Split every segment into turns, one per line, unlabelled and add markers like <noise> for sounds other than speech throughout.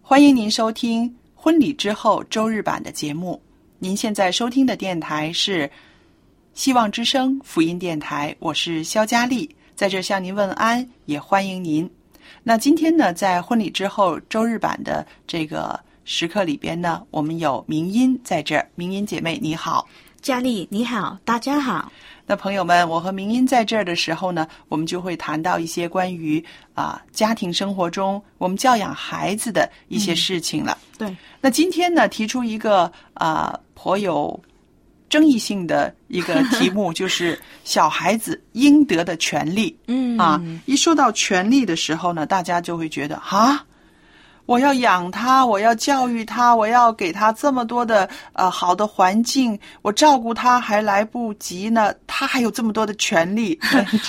欢迎您收听《婚礼之后》周日版的节目。您现在收听的电台是希望之声福音电台，我是肖佳丽，在这向您问安，也欢迎您。那今天呢，在婚礼之后周日版的这个时刻里边呢，我们有明音在这儿，明音姐妹你好。
佳丽你好，大家好。
那朋友们，我和明音在这儿的时候呢，我们就会谈到一些关于啊、家庭生活中我们教养孩子的一些事情了。
对，
那今天呢，提出一个啊、颇有争议性的一个题目，就是小孩子应得的权利
嗯
啊。一说到权利的时候呢，大家就会觉得啊。我要养他，我要教育他，我要给他这么多的呃好的环境，我照顾他还来不及呢，他还有这么多的权
<laughs>
利。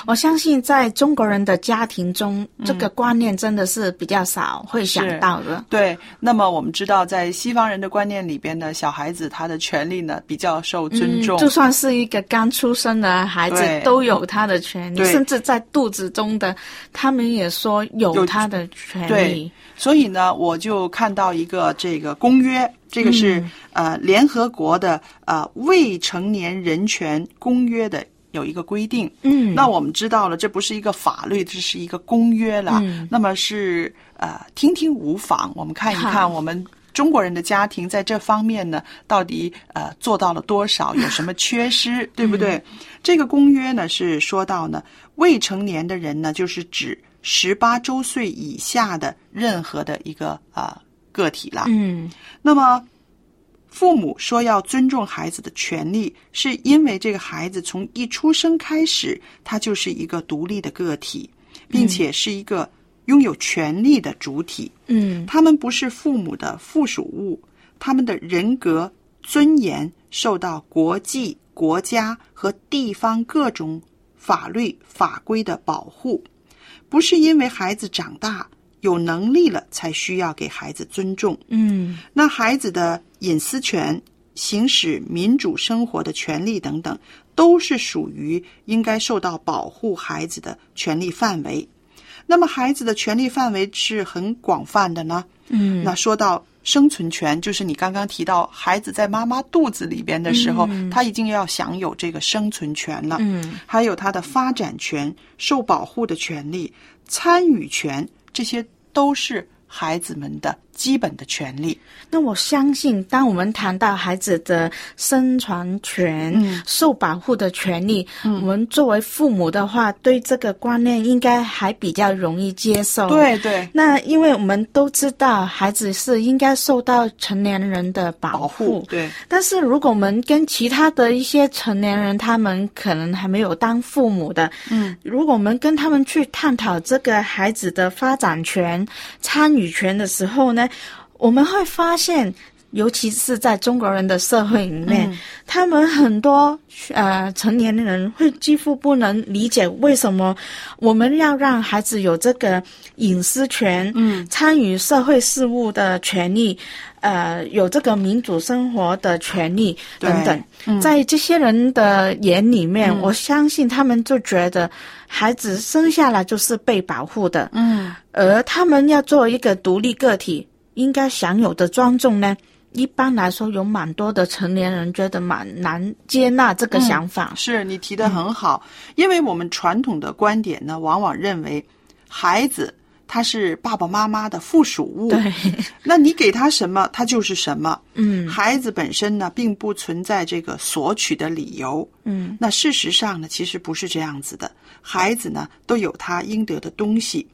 我相信在中国人的家庭中，这个观念真的是比较少会想到的。
对，那么我们知道，在西方人的观念里边呢，小孩子他的权利呢比较受
嗯
尊重，
就算是一个刚出生的孩子
对，
都有他的权利，
对
甚至在肚子中的，他们也说
有
有他的权利
对。所以呢，我就看到一个这个公约，这个是、
嗯
呃联合国的呃未成年人权公约的有一个规定。
嗯，
那我们知道了，这不是一个法律，这是一个公约了。
嗯
那么是呃，听听无妨，我们看一
好
看我们。中国人的家庭在这方面呢，到底呃做到了多少？有什么缺
嗯
失，对不对？这个公约呢是说到呢，未成年的人呢，就是指十八周岁以下的任何的一个呃个体啦。
嗯
那么，父母说要尊重孩子的权利，是因为这个孩子从一出生开始，他就是一个独立的个体，并且是一个拥有权利的主体。
嗯
他们不是父母的附属物，他们的人格尊严受到国际、国家和地方各种法律法规的保护，不是因为孩子长大有能力了才需要给孩子尊重。
嗯
那孩子的隐私权、行使民主生活的权利等等，都是属于应该受到保护孩子的权利范围。那么，孩子的权利范围是很广泛的呢。
嗯
那说到生存权，就是你刚刚提到孩子在妈妈肚子里边的时候，他已经要享有这个生存权了。
嗯
还有他的发展权、受保护的权利、参与权，这些都是孩子们的基本的权利。
那我相信，当我们谈到孩子的生存权、
嗯
受保护的权利，我们作为父母的话，对这个观念应该还比较容易接受。。
对对，
那因为我们都知道，孩子是应该受到成年人的保
保
护，
护对
但是如果我们跟其他的一些成年人，他们可能还没有当父母的，
嗯，
如果我们跟他们去探讨这个孩子的发展权、参与权的时候呢，我们会发现。尤其是在中国人的社会里面，他们很多呃成年人会几乎不能理解为什么我们要让孩子有这个隐私权，嗯，参与社会事务的权利，呃，有这个民主生活的权利
对嗯
等等。在这些人的眼里面，我相信他们就觉得孩子生下来就是被保护的，
嗯，
而他们要作为一个独立个体，应该享有的尊重呢？一般来说，有蛮多的成年人觉得蛮难接纳这个
嗯
想法。
是你提的很好，因为我们传统的观点呢，往往认为孩子他是爸爸妈妈的附属物，
对，
那你给他什么，他就是什么。
嗯
孩子本身呢，并不存在这个索取的理由。
嗯，
那事实上呢，其实不是这样子的。孩子呢，都有他应得的东西，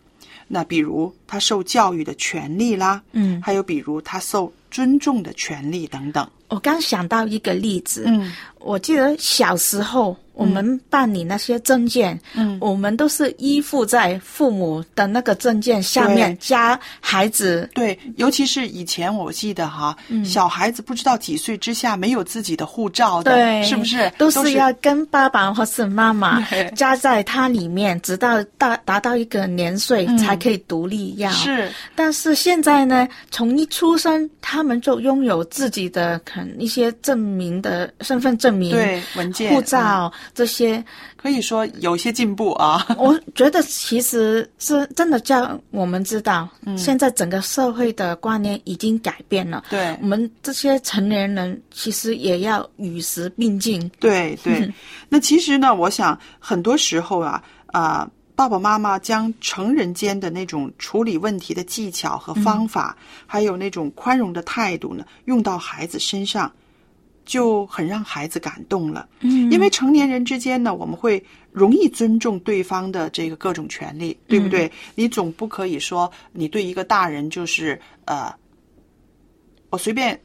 那比如他受教育的权利啦，
嗯，
还有比如他受尊重的权利等等。
我刚想到一个例子，
嗯
我记得小时候我们办理那些证件，
嗯
我们都是依附在父母的那个证件下面
对
加孩子，
对，尤其是以前我记得哈，
嗯
小孩子不知道几岁之下没有自己的护照的，
对，
是不是？
都
是
是要跟爸爸或是妈妈
对
加在它里面，直到达达到一个年岁才可以独立要。
嗯是
但是现在呢，从一出生他们就拥有自己的可能一些证明的身份证明、
对嗯文件
护照、这些。
可以说有些进步啊。 <laughs>
我觉得其实是真的叫我们知道，
嗯
现在整个社会的观念已经改变了。
对
我们这些成年人其实也要与时并进。
对对，那其实呢，我想很多时候啊啊、爸爸妈妈将成人间的那种处理问题的技巧和方法，还有那种宽容的态度呢，用到孩子身上，就很让孩子感动了。嗯，因为成年人之间呢，我们会容易尊重对方的这个各种权利，对不对？你总不可以说你对一个大人就是呃，我随便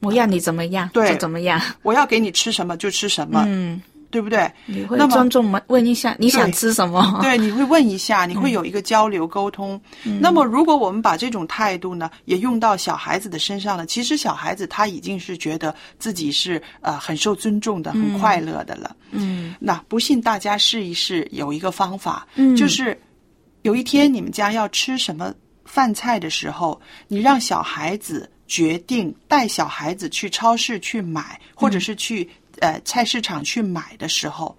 我要你怎么样
对
就怎么样，
我要给你吃什么就吃什么，
嗯，
对不对？
你会
那么
尊重吗？问一下你想
对
吃什么？
<laughs> 对，你会问一下，你会有一个交流沟通。那么，如果我们把这种态度呢，也用到小孩子的身上了，其实小孩子他已经是觉得自己是呃很受尊重的、很快乐的了。
嗯，
那不信大家试一试，有一个方法，
嗯
就是有一天你们家要吃什么饭菜的时候，你让小孩子决定带小孩子去超市去买，或者是去、呃菜市场去买的时候，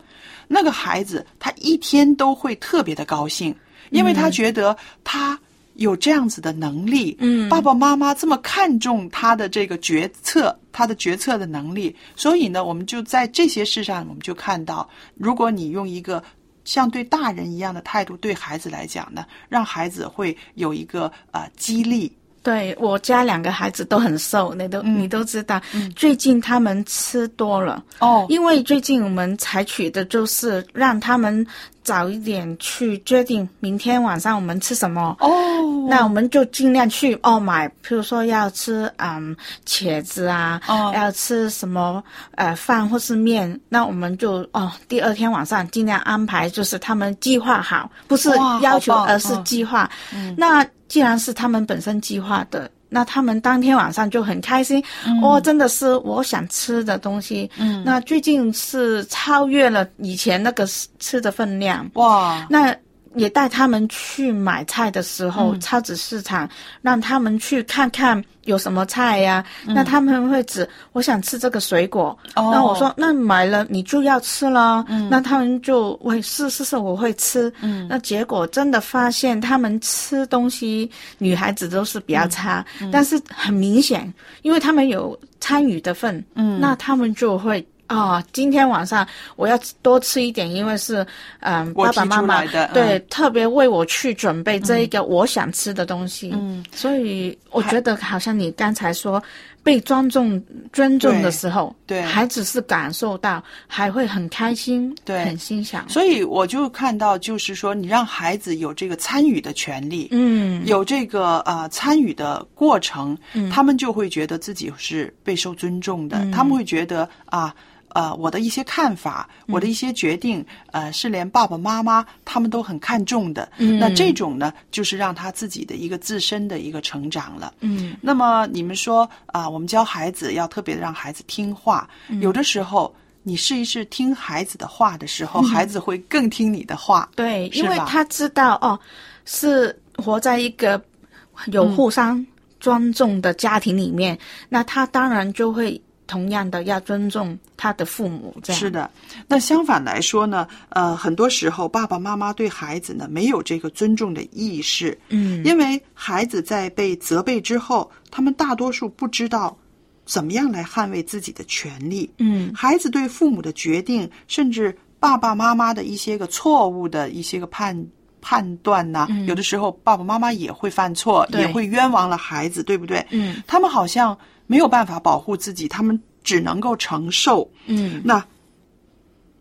那个孩子他一天都会特别的高兴，因为他觉得他。有这样子的能力，
嗯
爸爸妈妈这么看重他的这个决策，他的决策的能力，所以呢，我们就在这些事上，我们就看到，如果你用一个像对大人一样的态度对孩子来讲呢，让孩子会有一个呃激励，
对我家两个孩子都很瘦，你都、
嗯
你都知道。最近他们吃多了，
哦
因为最近我们采取的就是让他们早一点去决定明天晚上我们吃什么。
哦，
那我们就尽量去哦买，譬如说要吃嗯茄子啊，
哦
要吃什么呃饭或是面，那我们就哦第二天晚上尽量安排，就是他们计划好，不是
哇
要求，
好棒
而是
嗯
计划。那既然是他们本身计划的。那他们当天晚上就很开心，
嗯
哦，真的是我想吃的东西。嗯，那最近是超越了以前那个吃吃的分量。
哇，
那也带他们去买菜的时候，超级市场让他们去看看有什么菜呀、那他们会指我想吃这个水果，
哦
那我说那买了你就要吃了，那他们就会是是是我会吃。嗯，那结果真的发现他们吃东西，女孩子都是比较差，但是很明显，因为他们有参与的份，嗯，那他们就会。啊、今天晚上我要多吃一点，因为是，嗯、
我
爸爸
提
妈
出
妈
来的嗯
对、特别为我去准备这一个我想吃的东西。嗯，所以我觉得好像你刚才说被尊重尊重的时候，
对对
孩子是感受到，还会很开心，
对
很欣赏。
所以我就看到，就是说你让孩子有这个参与的权利，
嗯，
有这个呃参与的过程，他们就会觉得自己是备受尊重的，他们会觉得啊。呃我的一些看法，我的一些决定，呃是连爸爸妈妈他们都很看重的。那这种呢，就是让他自己的一个自身的一个成长了。
嗯，
那么你们说啊、我们教孩子要特别让孩子听话，有的时候你试一试听孩子的话的时候，孩子会更听你的话。
对，
是
因为
吧
他知道哦，是活在一个有互相尊重的家庭里
嗯
面，那他当然就会同样的要尊重他的父母，这样
是的，那相反来说呢，呃，很多时候爸爸妈妈对孩子呢没有这个尊重的意识，
嗯，
因为孩子在被责备之后，他们大多数不知道怎么样来捍卫自己的权利。
嗯
孩子对父母的决定，甚至爸爸妈妈的一些个错误的一些个判判断呐、有的时候爸爸妈妈也会犯错，
嗯对
也会冤枉了孩子，对不对？
嗯
他们好像没有办法保护自己，他们只能够承受。
嗯
那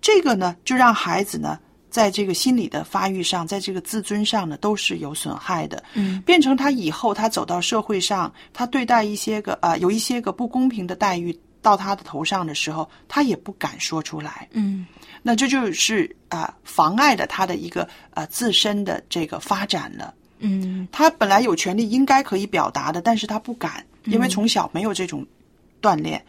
这个呢，就让孩子呢，在这个心理的发育上，在这个自尊上呢，都是有损害的。
嗯，
变成他以后他走到社会上，他对待一些个啊、有一些个不公平的待遇到他的头上的时候，他也不敢说出来。
嗯
那这就是啊、妨碍了他的一个呃自身的这个发展了。
嗯
他本来有权利应该可以表达的，但是他不敢，
嗯
因为从小没有这种锻炼，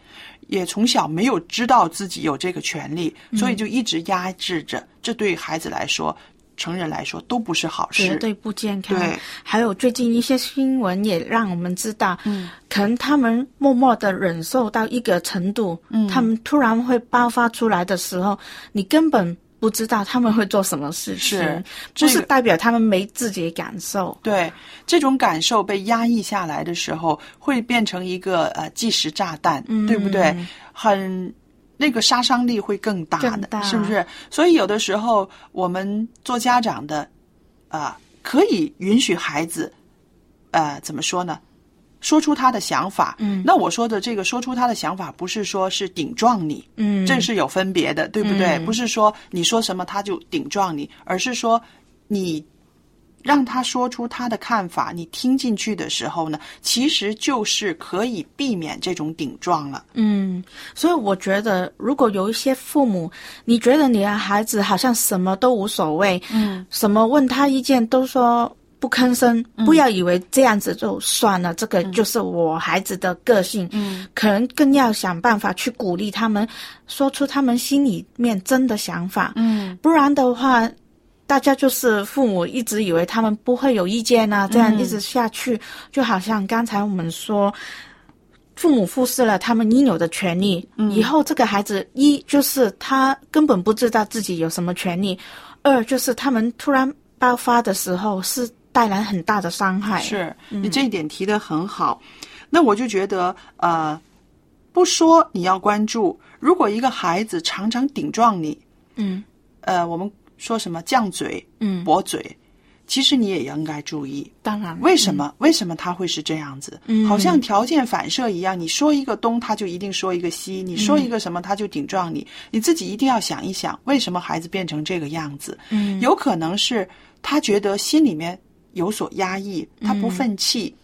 也从小没有知道自己有这个权利，
嗯
所以就一直压制着。这对孩子来说，成人来说都不是好
绝
事。
对不健康。
对
还有最近一些新闻也让我们知道，嗯，可能他们默默的忍受到一个程度，嗯，他们突然会爆发出来的时候，你根本不知道他们会做什么事情，
是这
不
个
是代表他们没自己感受。
对，这种感受被压抑下来的时候，会变成一个呃计时炸弹，
嗯
对不对？很那个杀伤力会更大
更
的，
大
是不是？所以有的时候我们做家长的，啊、可以允许孩子，呃，怎么说呢？说出他的想法，嗯，那我说的这个说出他的想法，不是说是顶撞你，
嗯，
这是有分别的，对不对？不是说你说什么他就顶撞你，而是说你让他说出他的看法，你听进去的时候呢，其实就是可以避免这种顶撞了。
嗯，所以我觉得，如果有一些父母，你觉得你的孩子好像什么都无所谓，嗯，什么问他意见都说不吭声，不要以为这样子就算了，这个就是我孩子的个性，嗯，可能更要想办法去鼓励他们，说出他们心里面真的想法，嗯，不然的话。大家就是父母一直以为他们不会有意见啊，这样一直下
嗯
去，就好像刚才我们说，父母忽视了他们应有的权利，
嗯
以后这个孩子一就是他根本不知道自己有什么权利，二就是他们突然爆发的时候是带来很大的伤害。，
是
嗯
你这一点提的很好，那我就觉得呃，不说你要关注，如果一个孩子常常顶撞你，
嗯
呃，我们说什么犟嘴、
嗯，
驳嘴，其实你也应该注意。
当然
为什么？为什么他会是这样子？
嗯
好像条件反射一样，你说一个东，他就一定说一个西；你说
嗯
一个什么，他就顶撞你。你自己一定要想一想，为什么孩子变成这个样子？
嗯
有可能是他觉得心里面有所压抑，他
嗯
不愤气，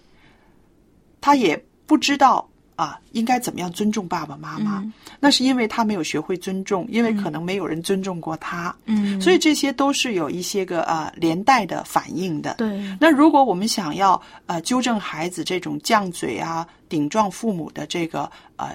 他也不知道啊应该怎么样尊重爸爸妈妈。
嗯
那是因为他没有学会尊重，因为可能没有人尊重过他，
嗯，
所以这些都是有一些个啊连带的反应的。
对，
那如果我们想要呃纠正孩子这种犟嘴啊、顶撞父母的这个呃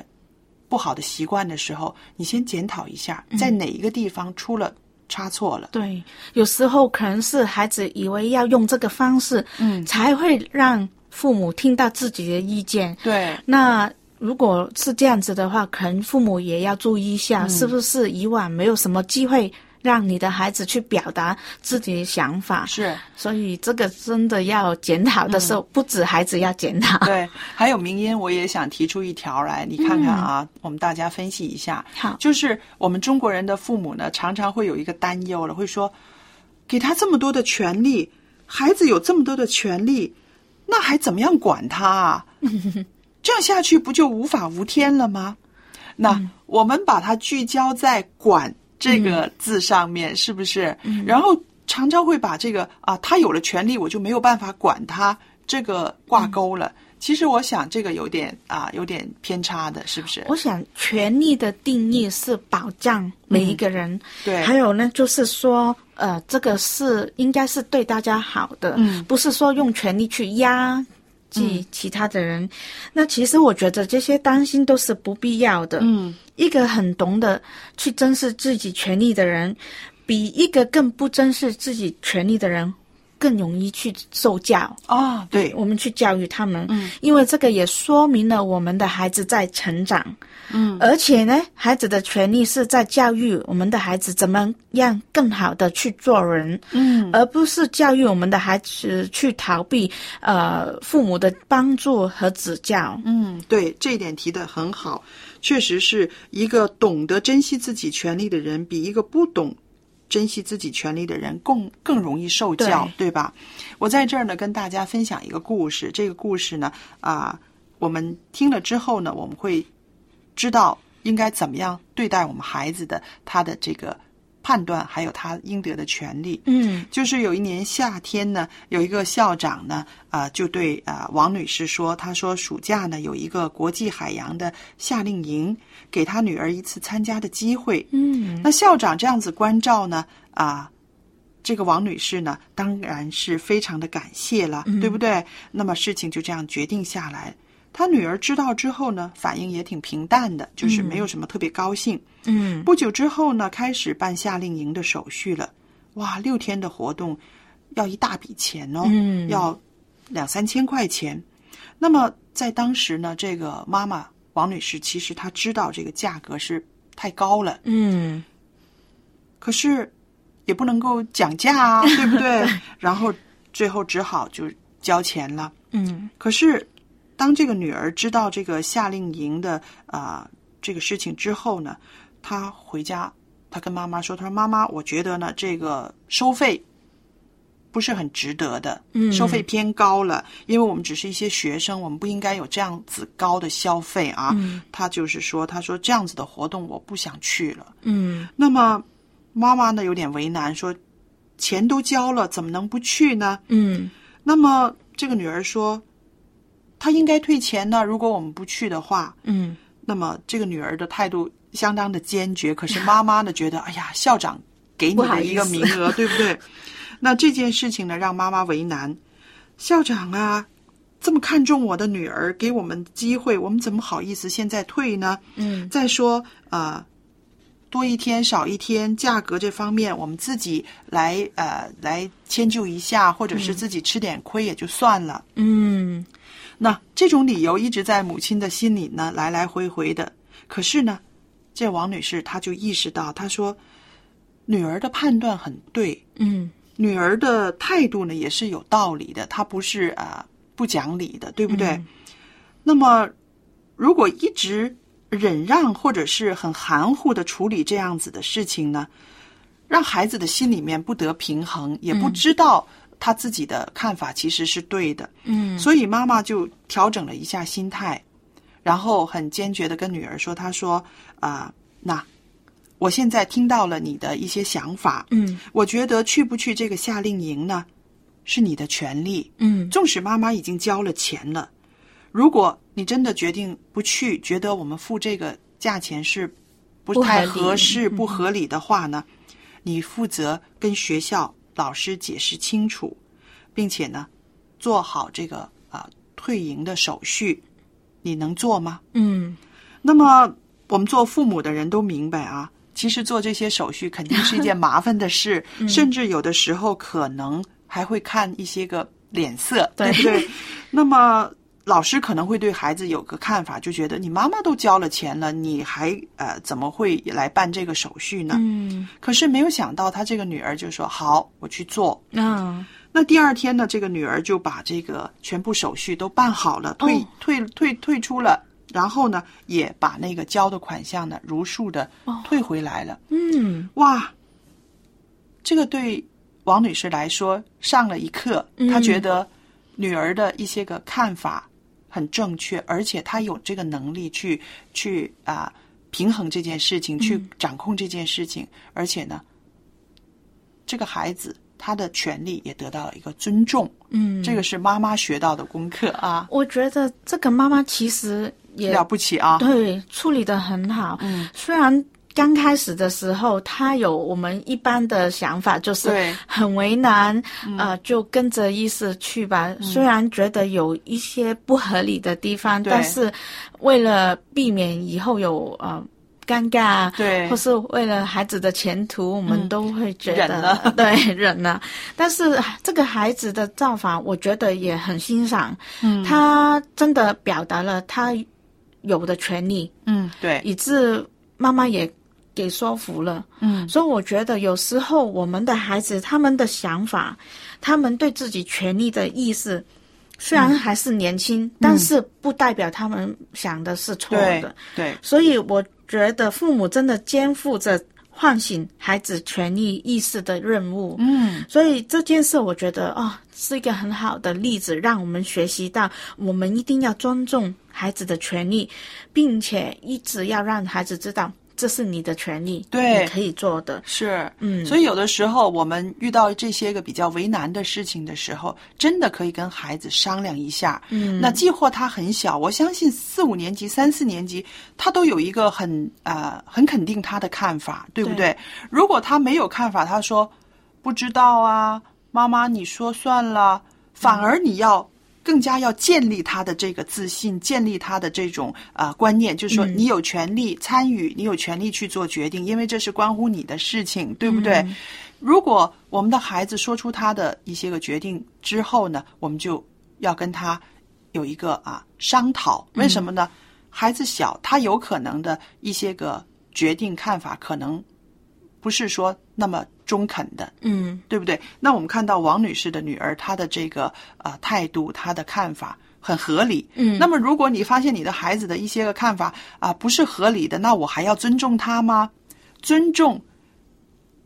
不好的习惯的时候，你先检讨一下，
嗯
在哪一个地方出了差错了。
对，有时候可能是孩子以为要用这个方式，嗯，才会让父母听到自己的意见，
对，
那如果是这样子的话，可能父母也要注意一下，是不是以往没有什么机会让你的孩子去表达自己的想法？
是
所以这个真的要检讨的时候，不止孩子要检讨。
对。还有明音，我也想提出一条来，你看看啊，我们大家分析一下。
好，
就是我们中国人的父母呢，常常会有一个担忧了，会说，给他这么多的权利，孩子有这么多的权利，那还怎么样管他啊？这样下去不就无法无天了吗？那、
嗯
我们把它聚焦在“管”这个字上面，
嗯
是不是？然后常
嗯
常会把这个啊，他有了权利，我就没有办法管他这个挂钩了。其实我想这个有点啊，有点偏差的，是不是？
我想，权利的定义是保障每一个人，
对，
还有呢，就是说，呃，这个是应该是对大家好的，
嗯
不是说用权力去压制其他的人。那其实我觉得这些担心都是不必要的。
嗯
一个很懂得去珍视自己权利的人，比一个更不珍视自己权利的人更容易去受教。
啊，对，
我们去教育他们，
嗯
因为这个也说明了我们的孩子在成长，
嗯，
而且呢，孩子的权利是在教育我们的孩子怎么样更好的去做人，
嗯
而不是教育我们的孩子去逃避呃父母的帮助和指教。
嗯，对，这一点提的很好，确实是一个懂得珍惜自己权利的人，比一个不懂珍惜自己权利的人更更容易受教，对吧？我在这儿呢，跟大家分享一个故事。这个故事呢，啊、我们听了之后呢，我们会知道应该怎么样对待我们孩子的他的这个判断，还有他应得的权利。
嗯
就是有一年夏天呢，有一个校长呢，啊、就对啊、呃王女士说，他说暑假呢有一个国际海洋的夏令营，给他女儿一次参加的机会。
嗯
那校长这样子关照呢，啊、这个王女士呢，当然是非常的感谢了，对不对？那么事情就这样决定下来。她女儿知道之后呢，反应也挺平淡的，就是没有什么特别高兴。
嗯
不久之后呢，开始办夏令营的手续了。哇，六天的活动要一大笔钱哦，
嗯
要两三千块钱。那么在当时呢，这个妈妈王女士其实她知道这个价格是太高了，
嗯
可是也不能够讲价
<laughs>
啊，对不对？然后最后只好就交钱了。
嗯
可是，当这个女儿知道这个夏令营的啊、这个事情之后呢，她回家，她跟妈妈说：“她说妈妈，我觉得呢，这个收费不是很值得的，
嗯
收费偏高了，因为我们只是一些学生，我们不应该有这样子高的消费啊。
嗯
她就是说，她说这样子的活动我不想去了。
嗯
那么妈妈呢有点为难，说钱都交了，怎么能不去呢？
嗯
那么这个女儿说，她应该退钱呢。如果我们不去的话，
嗯
那么这个女儿的态度相当的坚决。可是妈妈呢，觉得哎呀，校长给你
不好
的
意思
一个名额，对不对？那这件事情呢，让妈妈为难。校长啊，这么看重我的女儿，给我们机会，我们怎么好意思现在退呢？
嗯
再说啊、呃多一天少一天，价格这方面我们自己来呃来迁就一下，或者是自己吃点亏也就算了。
嗯
那这种理由一直在母亲的心里呢来来回回的。可是呢，这王女士她就意识到，她说女儿的判断很对，
嗯
女儿的态度呢也是有道理的，她不是啊、呃不讲理的，对不对？
嗯
那么，如果一直忍让或者是很含糊的处理这样子的事情呢，让孩子的心里面不得平衡，
嗯
也不知道他自己的看法其实是对的，
嗯
所以妈妈就调整了一下心态，然后很坚决的跟女儿说：“她说啊、那我现在听到了你的一些想法，
嗯
我觉得去不去这个夏令营呢，是你的权利。
嗯
纵使妈妈已经交了钱了，如果你真的决定不去，觉得我们付这个价钱是不
不合
太
理
合适、
嗯
不合理的话呢，你负责跟学校老师解释清楚，并且呢，做好这个啊、退营的手续，你能做吗？
嗯
那么我们做父母的人都明白啊，其实做这些手续肯定是一件麻烦的
<laughs>
事，
嗯
甚至有的时候可能还会看一些个脸色，对
对
不
<laughs>
对？那么老师可能会对孩子有个看法，就觉得你妈妈都交了钱了，你还呃怎么会来办这个手续呢？
嗯
可是没有想到，他这个女儿就说：“好，我去做。”
啊
那第二天呢，这个女儿就把这个全部手续都办好了，退、
哦
退退退出了，然后呢，也把那个交的款项呢如数的退回来了。
哦嗯
哇，这个对王女士来说上了一课，
嗯
她觉得女儿的一些个看法很正确，而且她有这个能力去去啊、平衡
嗯
这件事情，去掌控这件事情，而且呢，这个孩子她的权利也得到了一个尊重。
嗯，
这个是妈妈学到的功课啊，
我觉得这个妈妈其实也
了不起啊！
对，处理的很好。
嗯，
虽然刚开始的时候，他有我们一般的想法，就是
对嗯
很为难，呃，就跟着意识去吧。虽然觉得有一些不合理的地方，
对
但是为了避免以后有呃尴尬，
对嗯
或是为了孩子的前途，我们都会觉得、
忍了
<laughs> 对，忍了。但是这个孩子的造法，我觉得也很欣赏。
嗯
他真的表达了他有的权利，
嗯，对，
以致妈妈也给说服了。
嗯
所以我觉得有时候我们的孩子他们的想法，他们对自己权利的意识。虽
嗯
然还是年轻，但是不代表他们想的是错
对
的。
对，
所以我觉得父母真的肩负着唤醒孩子权利意识的任务。
嗯
所以这件事，我觉得哦，是一个很好的例子，让我们学习到，我们一定要尊重孩子的权利，并且一直要让孩子知道，这是你的权利，
对
你可以做的。
是。
嗯，
所以，有的时候我们遇到这些个比较为难的事情的时候，真的可以跟孩子商量一下。
嗯，
那即或他很小，我相信四五年级、三四年级，他都有一个很呃很肯定他的看法，对不对？如果他没有看法，他说不知道啊，妈妈你说算了，反而你要。更加要建立他的这个自信，建立他的这种呃观念，就是说
嗯
你有权利参与，你有权利去做决定，因为这是关乎你的事情，对不对？如果我们的孩子说出他的一些个决定之后呢，我们就要跟他有一个啊商讨。为什么呢？孩子小，他有可能的一些个决定看法，可能不是说那么中肯的，
嗯
对不对？那我们看到王女士的女儿，她的这个呃态度，她的看法很合理。
嗯
那么如果你发现你的孩子的一些个看法啊、不是合理的，那我还要尊重他吗？尊重，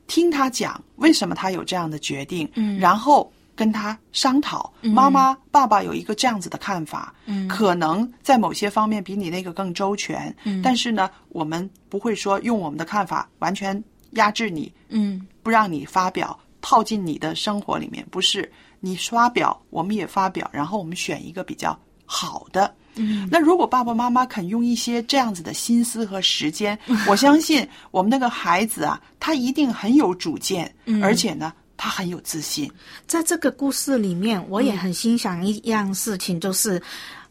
听他讲为什么他有这样的决定，
嗯
然后跟他商讨。妈妈、爸爸有一个这样子的看法，
嗯
可能在某些方面比你那个更周全，
嗯
但是呢，我们不会说用我们的看法完全压制你，
嗯
不让你发表，套进你的生活里面，不是你发表，我们也发表，然后我们选一个比较好的。
嗯，
那如果爸爸妈妈肯用一些这样子的心思和时间，
<laughs>
我相信我们那个孩子啊，他一定很有主见，
嗯
而且呢，他很有自
<laughs>
信。
在这个故事里面，我也很欣赏一样事情，就是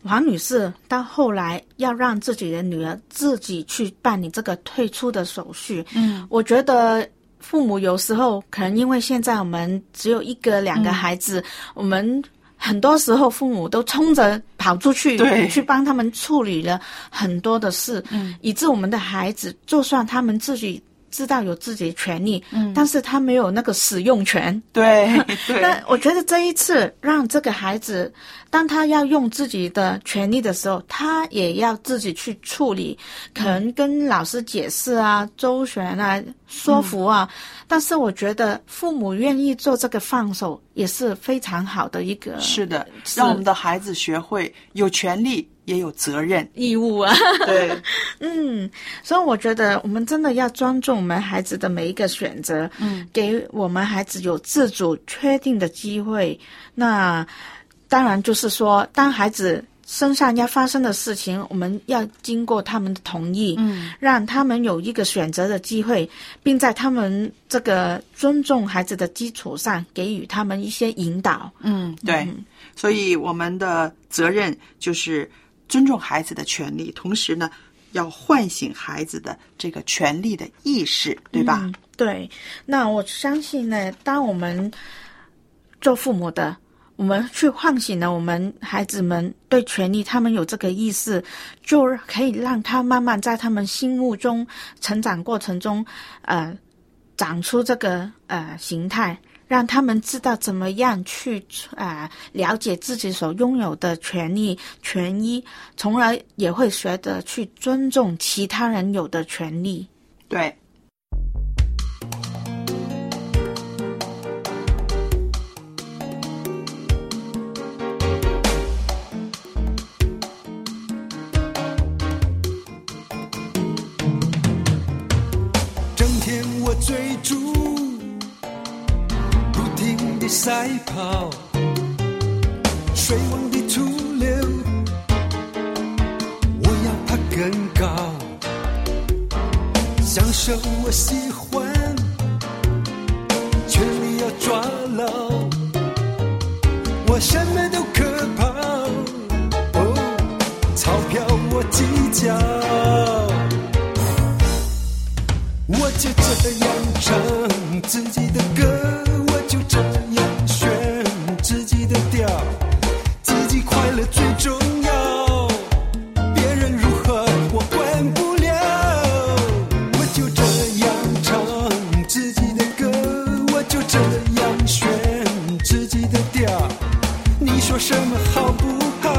王女士到后来要让自己的女儿自己去办理这个退出的手续。
嗯，
我觉得。父母有时候可能因为现在我们只有一个两个孩子，我们很多时候父母都冲着跑出去
对
去帮他们处理了很多的事，嗯、以致我们的孩子就算他们自己知道有自己的权利，嗯、但是他没有那个使用权，
对对，
那我觉得这一次让这个孩子，当他要用自己的权利的时候，他也要自己去处理，可能跟老师解释啊、周旋啊、说服啊。但是我觉得父母愿意做这个放手，也是非常好的一个
是的，
是。
让我们的孩子学会有权利也有责任
<laughs> 义务啊。
对，
嗯，所以我觉得我们真的要尊重我们孩子的每一个选择，嗯，给我们孩子有自主确定的机会。那当然就是说，当孩子身上要发生的事情，我们要经过他们的同意，嗯，让他们有一个选择的机会，并在他们这个尊重孩子的基础上，给予他们一些引导。
嗯，对，所以我们的责任就是尊重孩子的权利，同时呢，要唤醒孩子的这个权利的意识，对吧？
嗯对，那我相信呢，当我们做父母的，我们去唤醒了我们孩子们对权利，他们有这个意识，就可以让他慢慢在他们心目中成长过程中，呃，长出这个呃形态。让他们知道怎么样去啊、呃了解自己所拥有的权利、权益，从而也会学着去尊重其他人有的权利。
对。
整天我追逐，不停的赛跑，水往的出流，我要爬更高，享受我喜欢，全力要抓牢，我什么都可跑，哦，钞票我计较，我就这样唱自己的歌，我就这样选自己的调，自己快乐最重要。别人如何我管不了，我就这样唱自己的歌，我就这样选自己的调，你说什么好不好？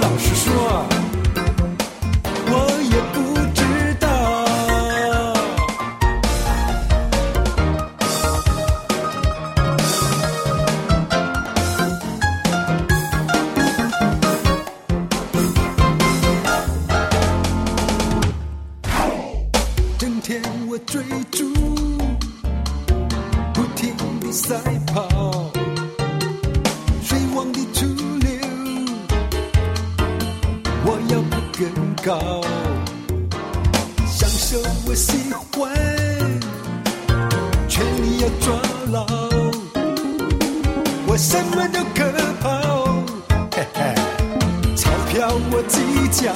老实说，我也不知道。整天我追逐，不停地赛跑，水往的出流，我要爬更高，享受我喜欢，全力要抓牢，我什么都可抛，嘿嘿，钞票我计较。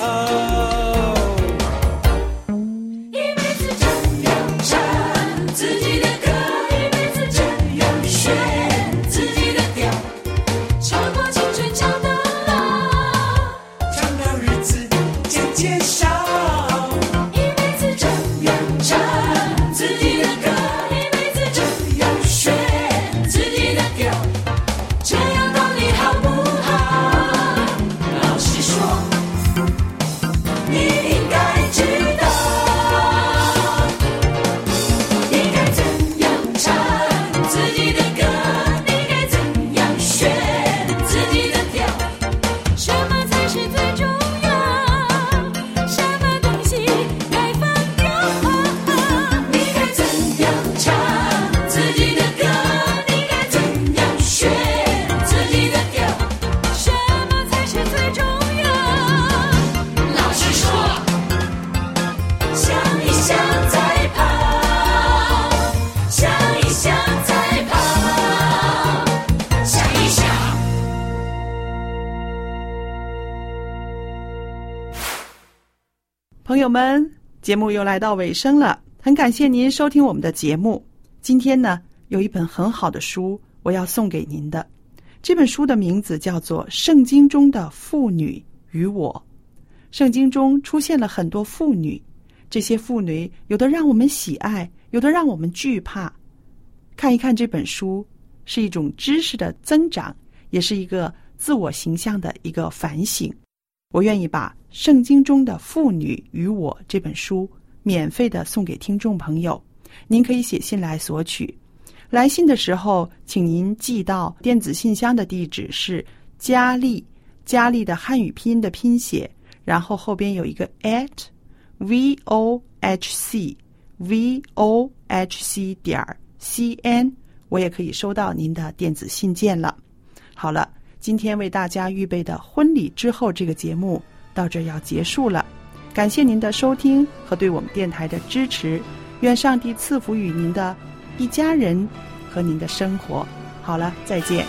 自己的歌，一辈子这样选自己的调，唱过青春，唱到老，
长到日子渐渐少，
一辈子这样唱自己的歌，一辈子这样选自己的调，这样到底好不好？老实说，你应该知道。你该怎样唱自己的歌？你该怎样选自己的调？什么才是最重要？什么东西该放掉？你该怎样唱自己的歌？你该怎样选自己的调？什么才是最重要？老实说。想一想再跑，想一想再跑，想一想。
朋友们，节目又来到尾声了，很感谢您收听我们的节目。今天呢，有一本很好的书，我要送给您的。这本书的名字叫做《圣经中的妇女与我》。圣经中出现了很多妇女，这些妇女有的让我们喜爱，有的让我们惧怕。看一看这本书，是一种知识的增长，也是一个自我形象的一个反省。我愿意把《圣经中的妇女与我》这本书免费的送给听众朋友，您可以写信来索取。来信的时候，请您寄到电子信箱的地址是佳丽，佳丽的汉语拼音的拼写，然后后边有一个 at v o h c v o h c 点儿 c n，我也可以收到您的电子信件了。好了，今天为大家预备的婚礼之后这个节目到这儿要结束了，感谢您的收听和对我们电台的支持，愿上帝赐福与您的一家人和您的生活。好了，再见。